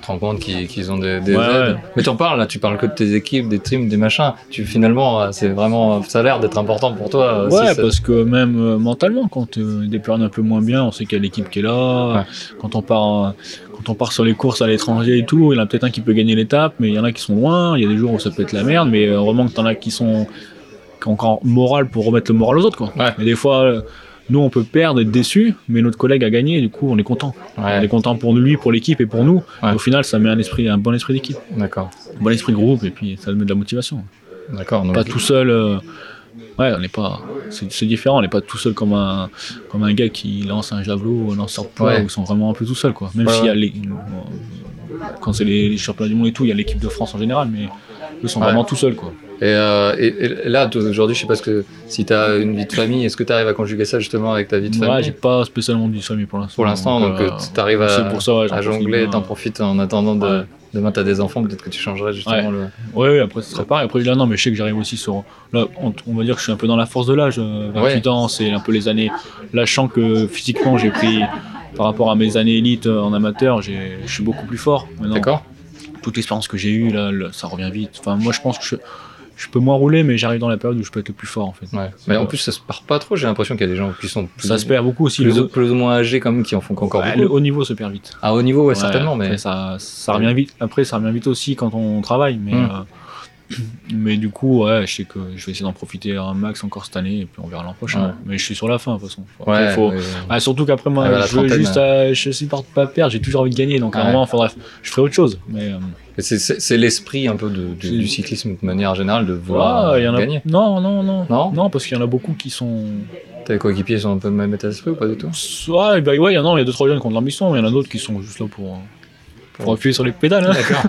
[SPEAKER 2] te rends compte qu'ils qu'ils ont des, des
[SPEAKER 3] Ouais,
[SPEAKER 2] aides.
[SPEAKER 3] ouais.
[SPEAKER 2] Mais t'en parles là, tu parles que de tes équipes, des teams, des machins. Tu finalement, euh, c'est vraiment, ça a l'air d'être important pour toi. euh,
[SPEAKER 3] Ouais,
[SPEAKER 2] si ça-
[SPEAKER 3] parce que même euh, mentalement, quand euh, des périodes un peu moins bien, on sait qu'il y a l'équipe qui est là.
[SPEAKER 2] Ouais.
[SPEAKER 3] Quand on part, euh, quand on part sur les courses à l'étranger et tout, il y en a peut-être un qui peut gagner l'étape, mais il y en a qui sont loin. Il y a des jours où ça peut être la merde, mais euh, vraiment que t'en as qui sont encore moral pour remettre le moral aux autres. Quoi.
[SPEAKER 2] Ouais.
[SPEAKER 3] Mais des fois, euh, nous, on peut perdre, être déçu, mais notre collègue a gagné, et du coup, on est content. On est
[SPEAKER 2] Ouais,
[SPEAKER 3] content pour lui, pour l'équipe et pour nous.
[SPEAKER 2] Ouais.
[SPEAKER 3] Et au final, ça met un, esprit, un bon esprit d'équipe,
[SPEAKER 2] d'accord.
[SPEAKER 3] un bon esprit de groupe, et puis ça met de la motivation.
[SPEAKER 2] D'accord. donc-
[SPEAKER 3] Pas tout seul. euh, Ouais, on n'est pas. C'est c'est différent, on n'est pas tout seul comme un, comme un gars qui lance un javelot ou un lanceur de poids,
[SPEAKER 2] Ouais.
[SPEAKER 3] où ils sont vraiment un peu tout seuls, quoi. Même
[SPEAKER 2] Ouais,
[SPEAKER 3] s'il y a les. Quand c'est les, les championnats du monde et tout, il y a l'équipe de France en général, mais eux sont
[SPEAKER 2] Ouais.
[SPEAKER 3] vraiment tout seuls, quoi.
[SPEAKER 2] Et, euh, et- et là, toi, aujourd'hui, je sais pas ce que, si tu as une vie de famille, est-ce que tu arrives à conjuguer ça justement avec ta vie de
[SPEAKER 3] Moi, j'ai
[SPEAKER 2] famille
[SPEAKER 3] pas spécialement du sommet pour l'instant.
[SPEAKER 2] Pour l'instant, donc,
[SPEAKER 3] euh,
[SPEAKER 2] tu arrives
[SPEAKER 3] c'est
[SPEAKER 2] à,
[SPEAKER 3] pour ça, ouais, j'en
[SPEAKER 2] à
[SPEAKER 3] profite
[SPEAKER 2] jongler,
[SPEAKER 3] bien.
[SPEAKER 2] t'en profites en attendant de.
[SPEAKER 3] Ouais.
[SPEAKER 2] Demain, t'as des enfants, peut-être que tu changerais justement le.
[SPEAKER 3] Ouais, ouais, après, ce serait pareil. Après, là, non, mais je sais que j'arrive aussi sur. Là, on, on va dire que je suis un peu dans la force de l'âge. euh, 28 ans, c'est un peu les années. Lâchant que physiquement, j'ai pris. Par rapport à mes années élites euh, en amateur, j'ai- je suis beaucoup plus fort. maintenant.
[SPEAKER 2] D'accord
[SPEAKER 3] Toute l'expérience que j'ai eue, là, le- ça revient vite. Enfin, moi, je pense que je, je peux moins rouler, mais j'arrive dans la période où je peux être le plus fort, en fait.
[SPEAKER 2] Ouais. Mais en
[SPEAKER 3] Ouais.
[SPEAKER 2] plus, ça se part pas trop. J'ai l'impression qu'il y a des gens qui sont plus,
[SPEAKER 3] Ça se perd beaucoup aussi.
[SPEAKER 2] plus,
[SPEAKER 3] Le,
[SPEAKER 2] plus ou moins âgés quand même, qui en font encore
[SPEAKER 3] ouais,
[SPEAKER 2] beaucoup.
[SPEAKER 3] le haut niveau se perd vite.
[SPEAKER 2] À haut niveau, ouais,
[SPEAKER 3] Ouais,
[SPEAKER 2] certainement,
[SPEAKER 3] après,
[SPEAKER 2] mais.
[SPEAKER 3] ça, ça revient vite. Après, ça revient vite aussi quand on travaille, mais
[SPEAKER 2] Mm.
[SPEAKER 3] euh, mais du coup, ouais, je sais que je vais essayer d'en profiter un max encore cette année, et puis on verra l'an prochain.
[SPEAKER 2] Ouais.
[SPEAKER 3] Mais je suis sur la fin de toute façon. Après,
[SPEAKER 2] Ouais,
[SPEAKER 3] faut-
[SPEAKER 2] ouais, ouais.
[SPEAKER 3] Ah, surtout qu'après moi,
[SPEAKER 2] Ah, bah, la
[SPEAKER 3] je veux
[SPEAKER 2] trentaine,
[SPEAKER 3] juste, euh, je sais pas de pas perdre, j'ai toujours envie de gagner, donc à un
[SPEAKER 2] Ouais.
[SPEAKER 3] moment, faudra, je ferai autre chose. Mais euh,
[SPEAKER 2] C'est- C'est c'est l'esprit un peu de- du, du cyclisme de manière générale de vouloir
[SPEAKER 3] voilà, il y en a.
[SPEAKER 2] gagner.
[SPEAKER 3] Non, non, non,
[SPEAKER 2] Non
[SPEAKER 3] parce qu'il y en a beaucoup qui sont.
[SPEAKER 2] Tes coéquipiers sont un peu le même état d'esprit ou pas du tout
[SPEAKER 3] Soit, bah, ouais, il y en a, il y a deux trois jeunes qui ont de l'ambition, mais il y en a d'autres qui sont juste là pour, euh, pour
[SPEAKER 2] Pour-
[SPEAKER 3] appuyer sur les pédales. hein.
[SPEAKER 2] D'accord.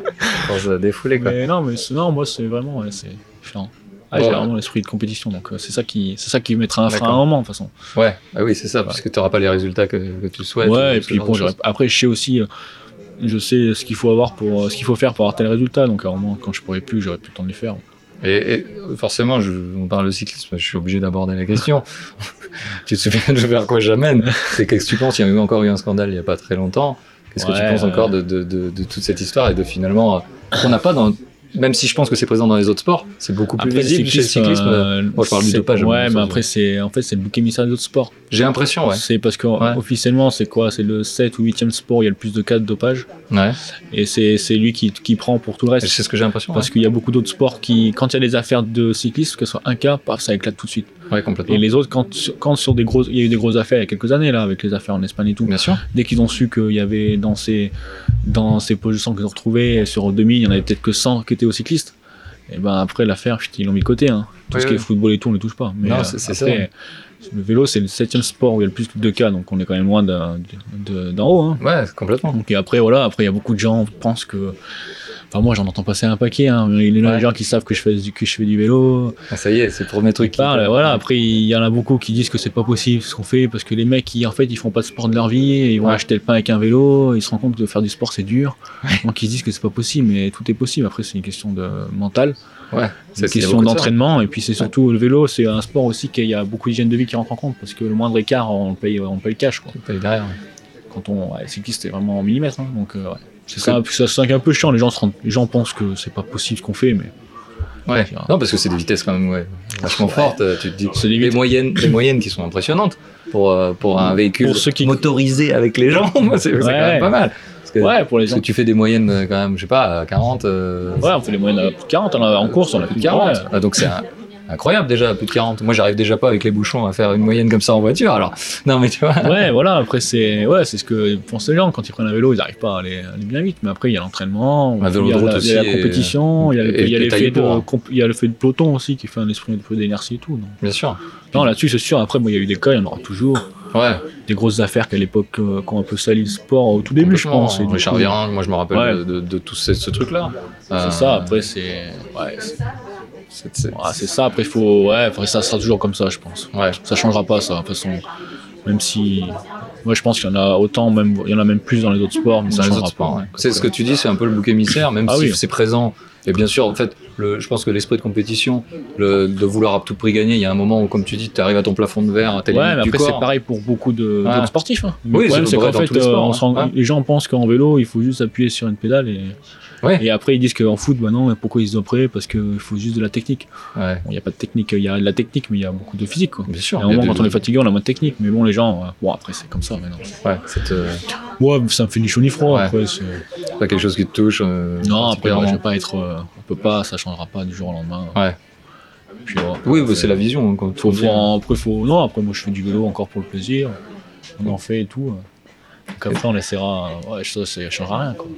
[SPEAKER 2] Pour se défouler, quoi.
[SPEAKER 3] Mais non, mais c'est- non, moi c'est vraiment ouais, c'est différent. Ah,
[SPEAKER 2] Bon.
[SPEAKER 3] J'ai vraiment l'esprit de compétition, donc euh, c'est ça qui c'est ça qui mettra un frein à un
[SPEAKER 2] D'accord.
[SPEAKER 3] moment de toute façon.
[SPEAKER 2] Ouais, bah oui, c'est ça, parce que tu n'auras pas les résultats que, que tu souhaites.
[SPEAKER 3] Ouais,
[SPEAKER 2] ou
[SPEAKER 3] et
[SPEAKER 2] ce
[SPEAKER 3] puis
[SPEAKER 2] genre
[SPEAKER 3] bon,
[SPEAKER 2] de choses.
[SPEAKER 3] j'aurais- après je sais aussi, euh, je sais ce qu'il faut avoir pour euh, ce qu'il faut faire pour avoir tel résultat, donc à un moment quand je pourrais plus, j'aurais plus le temps de les faire.
[SPEAKER 2] Et, et forcément, je, on parle de cyclisme, je suis obligé d'aborder la question. tu te souviens de vers quoi j'amène C'est qu'est-ce que tu penses Il y a eu encore eu un scandale il n'y a pas très longtemps. Qu'est-ce que tu
[SPEAKER 3] Ouais,
[SPEAKER 2] penses
[SPEAKER 3] ouais.
[SPEAKER 2] encore de, de, de, de toute cette histoire et de finalement euh, qu'on n'a pas dans. Même si je pense que c'est présent dans les autres sports, c'est beaucoup plus
[SPEAKER 3] Après,
[SPEAKER 2] visible chez le cyclisme.
[SPEAKER 3] euh,
[SPEAKER 2] moi, je parle du
[SPEAKER 3] c'est-
[SPEAKER 2] dopage, mais
[SPEAKER 3] Ouais,
[SPEAKER 2] ça,
[SPEAKER 3] mais
[SPEAKER 2] c'est-
[SPEAKER 3] après c'est en fait c'est le bouc émissaire des autres sports.
[SPEAKER 2] J'ai l'impression, ouais.
[SPEAKER 3] C'est parce que
[SPEAKER 2] Ouais.
[SPEAKER 3] officiellement c'est quoi C'est le 7 ou 8e sport où il y a le plus de cas de dopage
[SPEAKER 2] ouais.
[SPEAKER 3] et c'est c'est lui qui qui prend pour tout le reste.
[SPEAKER 2] C'est ce que j'ai l'impression.
[SPEAKER 3] Parce qu'il y a beaucoup d'autres sports qui, quand il y a des affaires de cyclistes, que ce soit un cas, paf, ça éclate tout de suite.
[SPEAKER 2] ouais. Ouais, complètement.
[SPEAKER 3] Et les autres, quand, quand sur des grosses, il y a eu des grosses affaires il y a quelques années, là, avec les affaires en Espagne et tout,
[SPEAKER 2] Bien sûr.
[SPEAKER 3] dès qu'ils ont su qu'il y avait dans ces, dans ces poches de sang qu'ils ont retrouvées, sur 2000, il y en avait peut-être que 100 qui étaient aux cyclistes. Et ben après, l'affaire, chut, ils l'ont mis de côté. hein. Tout
[SPEAKER 2] Oui,
[SPEAKER 3] ce qui
[SPEAKER 2] oui.
[SPEAKER 3] est football et tout, on ne le touche pas. Mais
[SPEAKER 2] Non,
[SPEAKER 3] euh,
[SPEAKER 2] c'est- c'est
[SPEAKER 3] après, Le vélo, c'est le septième sport où il y a le plus de cas, donc on est quand même loin d'un de- d'en haut. hein.
[SPEAKER 2] Ouais, complètement.
[SPEAKER 3] Donc et après voilà, après il y a beaucoup de gens qui pensent que enfin moi j'en entends passer un paquet hein, mais il y en a
[SPEAKER 2] Ouais.
[SPEAKER 3] des gens qui savent que je fais du que je fais du vélo,
[SPEAKER 2] Ah, ça y est, c'est le premier truc
[SPEAKER 3] qui parlent voilà, après il y en a beaucoup qui disent que c'est pas possible ce qu'on fait parce que les mecs qui en fait ils font pas de sport de leur vie, et ils vont
[SPEAKER 2] Ouais.
[SPEAKER 3] acheter le pain avec un vélo, ils se rendent compte que faire du sport c'est dur. Donc ils se disent que c'est pas possible mais tout est possible après c'est une question de mental,
[SPEAKER 2] Ouais,
[SPEAKER 3] c'est une
[SPEAKER 2] c'est- il y a
[SPEAKER 3] question
[SPEAKER 2] beaucoup de ça.
[SPEAKER 3] d'entraînement et puis c'est surtout le vélo, c'est un sport aussi qu'il y a beaucoup d'hygiène de vie qui rentre en compte parce que le moindre écart on le paye on le paye cash quoi
[SPEAKER 2] T'es derrière.
[SPEAKER 3] quand on ouais, cycliste c'est vraiment en millimètres hein, donc euh, ouais. c'est ça puis ça c'est un peu chiant les gens se rendent- les gens pensent que c'est pas possible ce qu'on fait mais
[SPEAKER 2] Ouais.
[SPEAKER 3] Tiens.
[SPEAKER 2] Non, parce que c'est des vitesses quand même ouais, vachement fortes. euh, Tu te dis
[SPEAKER 3] C'est des
[SPEAKER 2] les
[SPEAKER 3] vitesses.
[SPEAKER 2] moyennes, les moyennes qui sont impressionnantes pour euh, pour un véhicule
[SPEAKER 3] Pour ceux qui-
[SPEAKER 2] motorisé avec les jambes. c'est c'est quand
[SPEAKER 3] Ouais.
[SPEAKER 2] même pas mal. Parce que,
[SPEAKER 3] ouais pour les
[SPEAKER 2] parce
[SPEAKER 3] gens
[SPEAKER 2] que tu fais des moyennes euh, quand même, je sais pas, à 40. euh,
[SPEAKER 3] ouais on fait les moyennes à plus de 40 on a- en course on a
[SPEAKER 2] plus de 40. Ah, donc c'est un- incroyable déjà, à plus de 40. Moi, j'arrive déjà pas avec les bouchons à faire une moyenne comme ça en voiture. Alors, non mais tu vois.
[SPEAKER 3] ouais, ouais voilà après c'est ouais c'est ce que pensent les gens quand ils prennent un vélo ils arrivent pas à aller, à aller bien vite mais après il y a l'entraînement
[SPEAKER 2] Un vélo
[SPEAKER 3] il y a
[SPEAKER 2] de
[SPEAKER 3] la,
[SPEAKER 2] route
[SPEAKER 3] il y a
[SPEAKER 2] aussi,
[SPEAKER 3] la compétition
[SPEAKER 2] et-
[SPEAKER 3] il y a, le-
[SPEAKER 2] et-
[SPEAKER 3] il y a
[SPEAKER 2] et taillé
[SPEAKER 3] l'effet de
[SPEAKER 2] pour.
[SPEAKER 3] comp- il y a l'effet de peloton aussi qui fait un esprit un peu d'énergie et tout donc.
[SPEAKER 2] Bien sûr.
[SPEAKER 3] non là-dessus c'est sûr après bon, il y a eu des cas il y en aura toujours
[SPEAKER 2] Ouais.
[SPEAKER 3] des grosses affaires qu'à l'époque euh, qui ont un peu sali le sport au tout début je pense et du
[SPEAKER 2] Richard
[SPEAKER 3] coup,
[SPEAKER 2] Virenque, moi je me rappelle
[SPEAKER 3] Ouais.
[SPEAKER 2] de, de- de tout ce, ce truc-là. Euh,
[SPEAKER 3] C'est ça, après c'est. Ouais, c'est
[SPEAKER 2] c'est- c'est-
[SPEAKER 3] ouais, c'est ça, après faut. Ouais, après ça sera toujours comme ça, je pense.
[SPEAKER 2] Ouais.
[SPEAKER 3] Ça changera pas, ça, de toute façon. Même si. Moi, je pense qu'il y en a autant, même... il y en a même plus dans les autres sports, mais
[SPEAKER 2] Dans
[SPEAKER 3] ça
[SPEAKER 2] les
[SPEAKER 3] changera
[SPEAKER 2] autres sports,
[SPEAKER 3] pas.
[SPEAKER 2] ouais. hein, C'est ce que tu dis, c'est un peu le bouc émissaire, même
[SPEAKER 3] Ah
[SPEAKER 2] si
[SPEAKER 3] oui.
[SPEAKER 2] c'est présent. Et bien sûr, en fait, le, je pense que l'esprit de compétition, le, de vouloir à tout prix gagner, il y a un moment où, comme tu dis, tu arrives à ton plafond de verre, à tes
[SPEAKER 3] Ouais,
[SPEAKER 2] limites
[SPEAKER 3] mais
[SPEAKER 2] du
[SPEAKER 3] après, c'est
[SPEAKER 2] corps.
[SPEAKER 3] pareil pour beaucoup de...
[SPEAKER 2] Ouais.
[SPEAKER 3] d'autres sportifs. hein. Mais
[SPEAKER 2] Oui,
[SPEAKER 3] le problème,
[SPEAKER 2] c'est
[SPEAKER 3] c'est
[SPEAKER 2] vrai
[SPEAKER 3] qu'en
[SPEAKER 2] dans
[SPEAKER 3] fait,
[SPEAKER 2] tous les
[SPEAKER 3] euh,
[SPEAKER 2] sports,
[SPEAKER 3] on
[SPEAKER 2] hein.
[SPEAKER 3] se rend-
[SPEAKER 2] Ouais.
[SPEAKER 3] les gens pensent qu'en vélo, il faut juste appuyer sur une pédale et,
[SPEAKER 2] Ouais.
[SPEAKER 3] et après, ils disent qu'en foot, bah non, mais pourquoi ils se doperaient Parce qu'il faut juste de la technique.
[SPEAKER 2] Ouais.
[SPEAKER 3] Bon, il n'y a pas de technique, il y a de la technique, mais il y a beaucoup de physique, quoi.
[SPEAKER 2] Bien
[SPEAKER 3] Et
[SPEAKER 2] sûr.
[SPEAKER 3] à un
[SPEAKER 2] il y a
[SPEAKER 3] moment,
[SPEAKER 2] des-
[SPEAKER 3] quand on est fatigué, on a moins de technique. Mais bon, les gens, euh, bon, après, c'est comme ça maintenant.
[SPEAKER 2] Ouais, c'est euh,
[SPEAKER 3] Ouais, mais ça me fait ni chaud ni froid.
[SPEAKER 2] Ouais.
[SPEAKER 3] Après, c'est-
[SPEAKER 2] pas quelque chose qui te touche. euh,
[SPEAKER 3] non, après,
[SPEAKER 2] particulièrement.
[SPEAKER 3] je vais pas être. euh, on peut pas, ça changera pas du jour au lendemain.
[SPEAKER 2] Ouais.
[SPEAKER 3] Puis, voilà.
[SPEAKER 2] Oui, bah, c'est la vision. hein, Quand
[SPEAKER 3] Faut,
[SPEAKER 2] on
[SPEAKER 3] faut
[SPEAKER 2] dit, hein.
[SPEAKER 3] en- après, faut... Non, après, moi, je fais du vélo encore pour le plaisir. On en fait et tout. Donc après, on essaiera... euh, Ouais, ça, ça changera rien, quoi.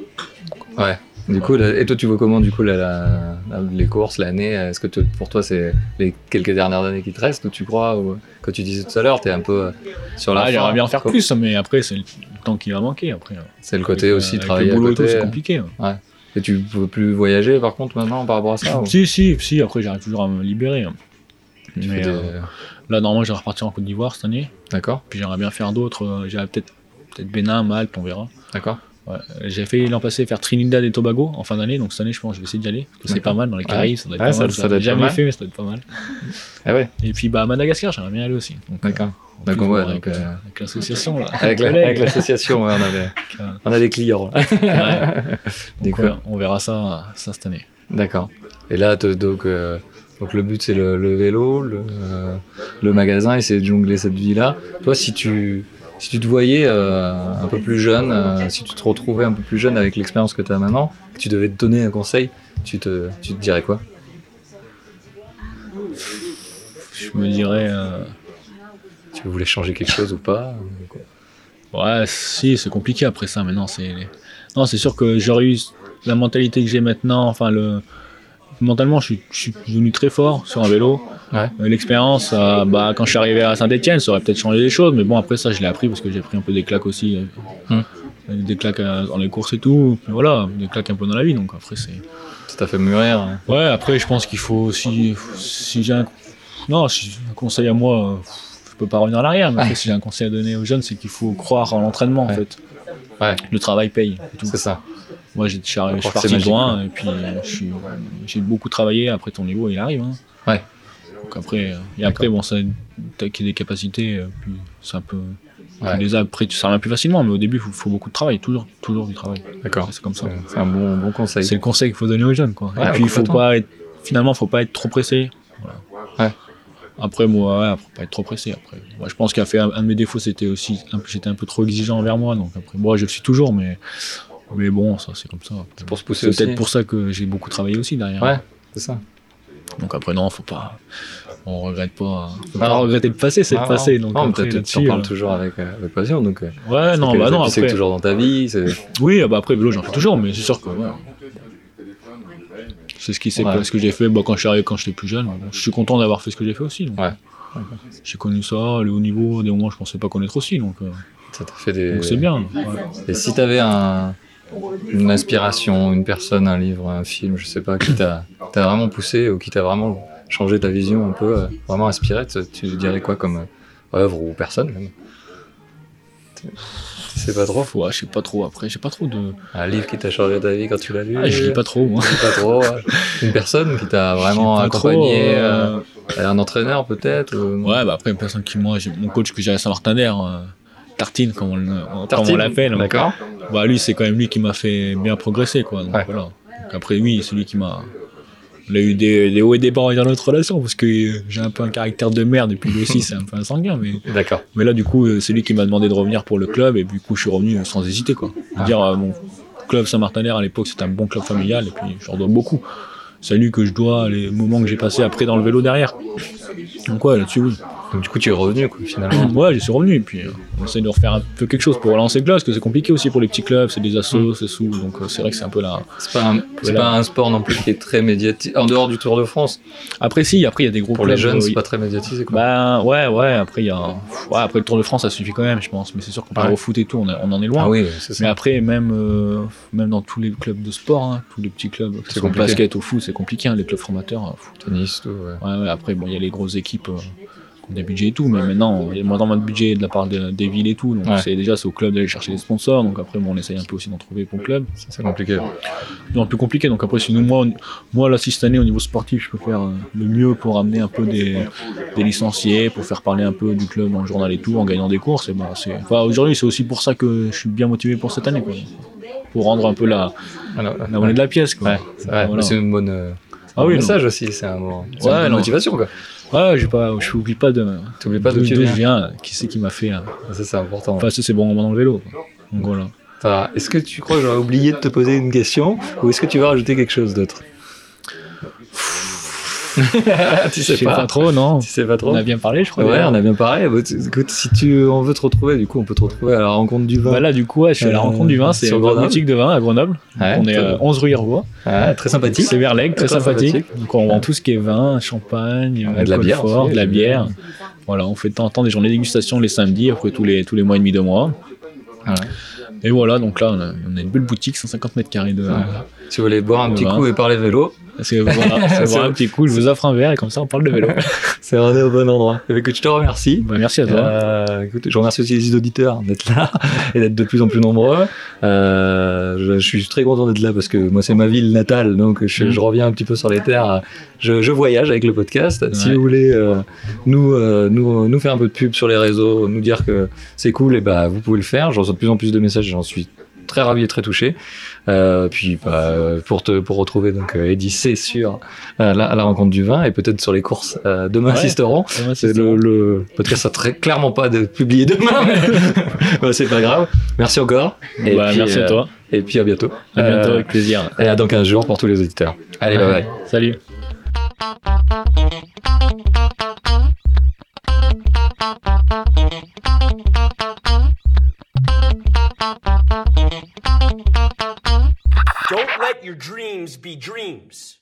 [SPEAKER 2] Ouais. Du coup, là- et toi, tu vois comment du coup la- la- la- les courses, l'année euh, Est-ce que te- pour toi, c'est les quelques dernières années qui te restent, tu crois ou, Quand tu disais tout à l'heure, t'es un peu euh, sur la
[SPEAKER 3] Ah,
[SPEAKER 2] fin.
[SPEAKER 3] j'aimerais bien en faire
[SPEAKER 2] Quoi.
[SPEAKER 3] plus, mais après, c'est le temps qui va manquer. Après,
[SPEAKER 2] C'est le côté
[SPEAKER 3] Avec, euh,
[SPEAKER 2] aussi
[SPEAKER 3] avec
[SPEAKER 2] travailler
[SPEAKER 3] le boulot
[SPEAKER 2] à
[SPEAKER 3] et tout,
[SPEAKER 2] côté.
[SPEAKER 3] c'est compliqué. hein.
[SPEAKER 2] Et tu peux plus voyager par contre maintenant par rapport à ça ou-
[SPEAKER 3] Si, si, si, après, j'arrive toujours à me libérer. hein.
[SPEAKER 2] Tu fais
[SPEAKER 3] Mais
[SPEAKER 2] des-
[SPEAKER 3] euh, là, normalement, je vais repartir en Côte d'Ivoire cette année.
[SPEAKER 2] D'accord,
[SPEAKER 3] Puis j'aimerais bien faire d'autres. euh, J'aimerais peut-être peut-être Bénin, Malte, on verra.
[SPEAKER 2] d'accord.
[SPEAKER 3] Ouais. J'ai fait l'an passé faire Trinidad et Tobago en fin d'année, donc cette année, je pense que je vais essayer d'y aller. parce que C'est
[SPEAKER 2] D'accord.
[SPEAKER 3] pas mal dans les Caraïbes, ça doit être
[SPEAKER 2] Ouais,
[SPEAKER 3] pas
[SPEAKER 2] ça-
[SPEAKER 3] mal.
[SPEAKER 2] ça
[SPEAKER 3] J'en ai
[SPEAKER 2] doit être pas
[SPEAKER 3] jamais
[SPEAKER 2] mal.
[SPEAKER 3] fait, mais ça doit être pas mal.
[SPEAKER 2] Ah ouais,
[SPEAKER 3] Et puis bah, à Madagascar, j'aimerais bien aller aussi. Donc, euh,
[SPEAKER 2] d'accord.
[SPEAKER 3] en plus,
[SPEAKER 2] D'accord,
[SPEAKER 3] bon,
[SPEAKER 2] ouais,
[SPEAKER 3] avec,
[SPEAKER 2] donc, euh,
[SPEAKER 3] euh, avec l'association, là.
[SPEAKER 2] Avec la- avec l'association, ouais, on, a des-
[SPEAKER 3] euh,
[SPEAKER 2] on a des clients. là.
[SPEAKER 3] Ouais.
[SPEAKER 2] Des
[SPEAKER 3] Donc,
[SPEAKER 2] quoi.
[SPEAKER 3] ouais, on verra ça, ça cette année.
[SPEAKER 2] D'accord. Et là, te- donc, euh, donc le but c'est le, le vélo, le, euh, le magasin, essayer de jongler cette vie-là. Toi, si tu, si tu te voyais euh, un peu plus jeune, euh, si tu te retrouvais un peu plus jeune avec l'expérience que tu as maintenant, que tu devais te donner un conseil, tu te, tu te dirais quoi
[SPEAKER 3] Je me dirais. euh,
[SPEAKER 2] Tu voulais changer quelque chose ou pas ou quoi
[SPEAKER 3] Ouais, si, c'est compliqué après ça, mais non, c'est... Non, c'est sûr que j'aurais eu la mentalité que j'ai maintenant, enfin, le... Mentalement, je suis, je suis devenu très fort sur un vélo.
[SPEAKER 2] Ouais.
[SPEAKER 3] Euh, L'expérience, euh, bah, quand je suis arrivé à Saint-Etienne, ça aurait peut-être changé les choses, mais bon, après ça, je l'ai appris parce que j'ai pris un peu des claques aussi. euh,
[SPEAKER 2] Hum.
[SPEAKER 3] Des claques euh, dans les courses et tout, puis voilà, des claques un peu dans la vie, donc après c'est...
[SPEAKER 2] Ça t'a fait mûrir hein.
[SPEAKER 3] Ouais, après, je pense qu'il faut aussi. Si j'ai un. Non, si un conseil à moi, euh, je peux pas revenir en arrière, mais après, si j'ai un conseil à donner aux jeunes, c'est qu'il faut croire en l'entraînement,
[SPEAKER 2] Ouais.
[SPEAKER 3] en fait.
[SPEAKER 2] Ouais.
[SPEAKER 3] Le travail paye. et tout.
[SPEAKER 2] C'est ça.
[SPEAKER 3] Moi, j'ai- je suis
[SPEAKER 2] On
[SPEAKER 3] arrivé- je
[SPEAKER 2] croit
[SPEAKER 3] suis
[SPEAKER 2] que
[SPEAKER 3] parti
[SPEAKER 2] c'est
[SPEAKER 3] de
[SPEAKER 2] magique,
[SPEAKER 3] loin, et puis euh, je suis- j'ai beaucoup travaillé. Après, ton niveau, il arrive. hein.
[SPEAKER 2] Ouais.
[SPEAKER 3] Donc après, euh, et après, bon, ça, t'as qu'il y ait des capacités, euh, puis c'est un peu. tu
[SPEAKER 2] Ouais.
[SPEAKER 3] les as, après, tu reviens plus facilement, mais au début, il faut, faut beaucoup de travail, toujours, toujours du travail.
[SPEAKER 2] D'accord.
[SPEAKER 3] C'est comme ça.
[SPEAKER 2] C'est c'est un bon, bon conseil.
[SPEAKER 3] C'est le conseil qu'il faut donner aux jeunes, quoi.
[SPEAKER 2] Ouais,
[SPEAKER 3] et puis, il faut
[SPEAKER 2] complètement.
[SPEAKER 3] pas être, finalement, faut pas être trop pressé. Voilà.
[SPEAKER 2] Ouais.
[SPEAKER 3] Après, moi, ouais, faut pas être trop pressé. Après, moi, je pense qu'à faire un de mes défauts, c'était aussi, un peu- j'étais un peu trop exigeant envers moi. Donc après, moi, je le suis toujours, mais, mais bon, ça, c'est comme ça.
[SPEAKER 2] C'est pour se pousser
[SPEAKER 3] C'est
[SPEAKER 2] aussi.
[SPEAKER 3] peut-être pour ça que j'ai beaucoup travaillé aussi derrière.
[SPEAKER 2] Ouais, c'est ça.
[SPEAKER 3] Donc après, non, faut pas, on regrette pas. hein. Faut
[SPEAKER 2] Ah,
[SPEAKER 3] pas
[SPEAKER 2] non.
[SPEAKER 3] regretter le passé, c'est
[SPEAKER 2] Ah,
[SPEAKER 3] le passé.
[SPEAKER 2] non,
[SPEAKER 3] Donc
[SPEAKER 2] non, mais
[SPEAKER 3] après,
[SPEAKER 2] t'as- t'as-
[SPEAKER 3] là-dessus,
[SPEAKER 2] t'en parles
[SPEAKER 3] euh,
[SPEAKER 2] toujours avec, euh, avec passion. Donc, euh,
[SPEAKER 3] Ouais, non,
[SPEAKER 2] que
[SPEAKER 3] bah
[SPEAKER 2] les
[SPEAKER 3] non,
[SPEAKER 2] appuis, c'est
[SPEAKER 3] après.
[SPEAKER 2] toujours dans ta vie. c'est-
[SPEAKER 3] Oui, ah bah après, vélo, j'en fais toujours, mais c'est sûr que. ouais. C'est ce qui s'est
[SPEAKER 2] Ouais.
[SPEAKER 3] passé, ce que j'ai fait bah, quand je suis arrivé, quand j'étais plus jeune. Bon, je suis content d'avoir fait ce que j'ai fait aussi. donc.
[SPEAKER 2] Ouais.
[SPEAKER 3] J'ai connu ça, le haut niveau, des moments que je pensais pas connaître aussi, donc euh,
[SPEAKER 2] Ça t'a fait des.
[SPEAKER 3] donc c'est bien.
[SPEAKER 2] Et si t'avais un, une inspiration, une personne, un livre, un film, je sais pas, qui t'a t'a vraiment poussé ou qui t'a vraiment changé ta vision un peu, euh, vraiment inspiré, tu- tu dirais quoi comme euh, œuvre ou personne même Tu sais pas trop
[SPEAKER 3] Faut- ouais, je sais pas trop après, j'ai pas trop de.
[SPEAKER 2] Un livre qui t'a changé ta vie quand tu l'as lu
[SPEAKER 3] Ah, je lis pas trop, moi.
[SPEAKER 2] je sais pas trop. ouais. Une personne qui t'a vraiment
[SPEAKER 3] Je lis pas trop,
[SPEAKER 2] accompagné,
[SPEAKER 3] euh,
[SPEAKER 2] euh, un entraîneur peut-être ou-
[SPEAKER 3] Ouais, bah après, une personne qui, moi, j'ai- mon coach que j'ai à Saint-Martin d'Air, euh, Tartine, comme on, le- comme on
[SPEAKER 2] Tartine
[SPEAKER 3] l'appelle.
[SPEAKER 2] D'accord.
[SPEAKER 3] Bah lui, c'est quand même lui qui m'a fait bien progresser, quoi. Donc,
[SPEAKER 2] Ouais.
[SPEAKER 3] voilà. Donc après, oui, c'est lui qui m'a. Il a eu des, des hauts et des bas dans notre relation, parce que euh, j'ai un peu un caractère de merde, et puis lui aussi, c'est un peu un sanguin. Mais,
[SPEAKER 2] D'accord.
[SPEAKER 3] mais là, du coup, euh, c'est lui qui m'a demandé de revenir pour le club, et du coup, je suis revenu sans hésiter, quoi. Je veux
[SPEAKER 2] Ah.
[SPEAKER 3] Dire, euh, mon club Saint-Martin-Air, à l'époque, c'était un bon club familial, et puis je leur dois beaucoup. C'est à lui que je dois les moments que j'ai passés après dans le vélo derrière. Donc, ouais, là-dessus, oui.
[SPEAKER 2] Donc du coup tu es revenu quoi, finalement.
[SPEAKER 3] Ouais, je suis revenu. Et puis, euh, on essaie de refaire un peu quelque chose pour relancer le club, parce que c'est compliqué aussi pour les petits clubs, c'est des assos, c'est sous. Donc, euh, c'est vrai que c'est un peu là.
[SPEAKER 2] C'est pas un, c'est
[SPEAKER 3] Voilà.
[SPEAKER 2] pas un sport non plus qui est très médiatique. En dehors du Tour de France,
[SPEAKER 3] Après, si, après, il y a des gros
[SPEAKER 2] pour
[SPEAKER 3] clubs.
[SPEAKER 2] les jeunes,
[SPEAKER 3] euh,
[SPEAKER 2] c'est
[SPEAKER 3] y-
[SPEAKER 2] pas très médiatisé quoi.
[SPEAKER 3] Bah, ouais, ouais, après, il y a. un- Ouais, après, le Tour de France, ça suffit quand même, je pense. Mais c'est sûr, comparé
[SPEAKER 2] Ouais.
[SPEAKER 3] au foot et tout, on, a- on en est loin.
[SPEAKER 2] ah oui, c'est
[SPEAKER 3] Mais
[SPEAKER 2] ça.
[SPEAKER 3] après, même, euh, même dans tous les clubs de sport, hein, tous les petits clubs, que ce soit au
[SPEAKER 2] compliqué.
[SPEAKER 3] basket, au foot, c'est compliqué, hein, les clubs formateurs. euh, pff,
[SPEAKER 2] Tennis, tout. Ouais.
[SPEAKER 3] Ouais, ouais, après, bon, il y a les grosses équipes euh, qui ont des budgets et tout, mais maintenant, il y a de moins en moins de budget de la part de- des villes et tout. Donc,
[SPEAKER 2] Ouais.
[SPEAKER 3] c'est déjà, c'est au club d'aller chercher des sponsors. Donc, après, bon, on essaye un peu aussi d'en trouver pour le club.
[SPEAKER 2] Ça, C'est compliqué.
[SPEAKER 3] C'est un peu compliqué. Donc, après, sinon, moi, on- moi, là, si cette année, au niveau sportif, je peux faire euh, le mieux pour amener un peu des, des licenciés, pour faire parler un peu du club dans le journal et tout, en gagnant des courses. Et ben, c'est, enfin, aujourd'hui, c'est aussi pour ça que je suis bien motivé pour cette année, quoi. Pour rendre un peu la,
[SPEAKER 2] Alors, ouais.
[SPEAKER 3] la monnaie de la pièce, quoi.
[SPEAKER 2] Ouais, c'est vrai,
[SPEAKER 3] Voilà.
[SPEAKER 2] mais c'est une bonne. euh, un
[SPEAKER 3] Ah
[SPEAKER 2] bon
[SPEAKER 3] oui, non.
[SPEAKER 2] message aussi, c'est un bon, c'est
[SPEAKER 3] Ouais,
[SPEAKER 2] une bonne
[SPEAKER 3] non.
[SPEAKER 2] motivation quoi.
[SPEAKER 3] Ouais, j'ai pas, je n'oublie pas de,
[SPEAKER 2] T'oublies pas de qui
[SPEAKER 3] d'où
[SPEAKER 2] tu
[SPEAKER 3] je
[SPEAKER 2] viens.
[SPEAKER 3] viens, qui c'est qui m'a fait, euh,
[SPEAKER 2] Ça c'est important.
[SPEAKER 3] Enfin, ça, c'est bon moment dans le vélo. quoi. Donc voilà.
[SPEAKER 2] Ça, Est-ce que tu crois que j'aurais oublié de te poser une question ou est-ce que tu veux rajouter quelque chose d'autre Ah, tu
[SPEAKER 3] Je sais pas trop, non.
[SPEAKER 2] Tu sais pas trop.
[SPEAKER 3] On a bien parlé, je crois.
[SPEAKER 2] Ouais,
[SPEAKER 3] d'ailleurs.
[SPEAKER 2] on a bien parlé. Bah, tu- Écoute, si tu, on veut te retrouver, du coup, on peut te retrouver à la rencontre du vin.
[SPEAKER 3] Bah là, du coup, ouais, je suis à la
[SPEAKER 2] Euh,
[SPEAKER 3] rencontre du vin. C'est
[SPEAKER 2] sur
[SPEAKER 3] une
[SPEAKER 2] Grenoble.
[SPEAKER 3] boutique de vin à Grenoble.
[SPEAKER 2] Ouais,
[SPEAKER 3] on est
[SPEAKER 2] top.
[SPEAKER 3] euh, 11 rue Irvois.
[SPEAKER 2] Ah, très sympathique.
[SPEAKER 3] C'est Verleg, très
[SPEAKER 2] Très
[SPEAKER 3] sympathique.
[SPEAKER 2] sympathique.
[SPEAKER 3] Donc on vend tout ce qui est vin, champagne,
[SPEAKER 2] de la
[SPEAKER 3] alcool
[SPEAKER 2] bière
[SPEAKER 3] fort,
[SPEAKER 2] aussi,
[SPEAKER 3] de la
[SPEAKER 2] j'aime
[SPEAKER 3] bière. Voilà, on fait de temps en temps des journées de dégustation les samedis, après tous les, tous les mois et demi, deux mois.
[SPEAKER 2] Voilà.
[SPEAKER 3] Et voilà, donc là, on a, on a une belle boutique, 150 mètres carrés de.
[SPEAKER 2] Si vous voulez boire un
[SPEAKER 3] Le
[SPEAKER 2] petit
[SPEAKER 3] vin.
[SPEAKER 2] coup et parler vélo,
[SPEAKER 3] Parce que voilà, c'est
[SPEAKER 2] C'est-
[SPEAKER 3] vraiment un petit coup, je vous offre un verre et comme ça, on parle de vélo.
[SPEAKER 2] c'est on est au bon endroit. Eh bien, Écoute, je te remercie.
[SPEAKER 3] Bah, merci à toi.
[SPEAKER 2] Euh, écoute, je remercie aussi les auditeurs d'être là et d'être de plus en plus nombreux. Euh, je, je suis très content d'être là parce que moi c'est ma ville natale, donc je,
[SPEAKER 3] Mhm.
[SPEAKER 2] je reviens un petit peu sur les terres. Je, je voyage avec le podcast. Si
[SPEAKER 3] Ouais.
[SPEAKER 2] vous voulez euh, nous, euh, nous nous faire un peu de pub sur les réseaux, nous dire que c'est cool, et bah vous pouvez le faire. J'en reçois de plus en plus de messages, j'en suis très ravi et très touché. Euh, puis bah, euh, pour te pour retrouver donc euh, Eddy, c'est sûr euh, là, à la rencontre du vin et peut-être sur les courses euh, demain
[SPEAKER 3] Ouais.
[SPEAKER 2] assisteront.
[SPEAKER 3] Thomas,
[SPEAKER 2] C'est le, le podcast ça très clairement pas de publier demain, mais bah, c'est pas grave. Merci encore. Et
[SPEAKER 3] Bah,
[SPEAKER 2] puis,
[SPEAKER 3] merci
[SPEAKER 2] euh,
[SPEAKER 3] à toi.
[SPEAKER 2] Et puis à bientôt.
[SPEAKER 3] À bientôt,
[SPEAKER 2] Euh,
[SPEAKER 3] avec plaisir.
[SPEAKER 2] et à dans 15 jours pour tous les auditeurs. Allez, bye bye.
[SPEAKER 3] Salut.
[SPEAKER 1] Don't let your dreams be dreams.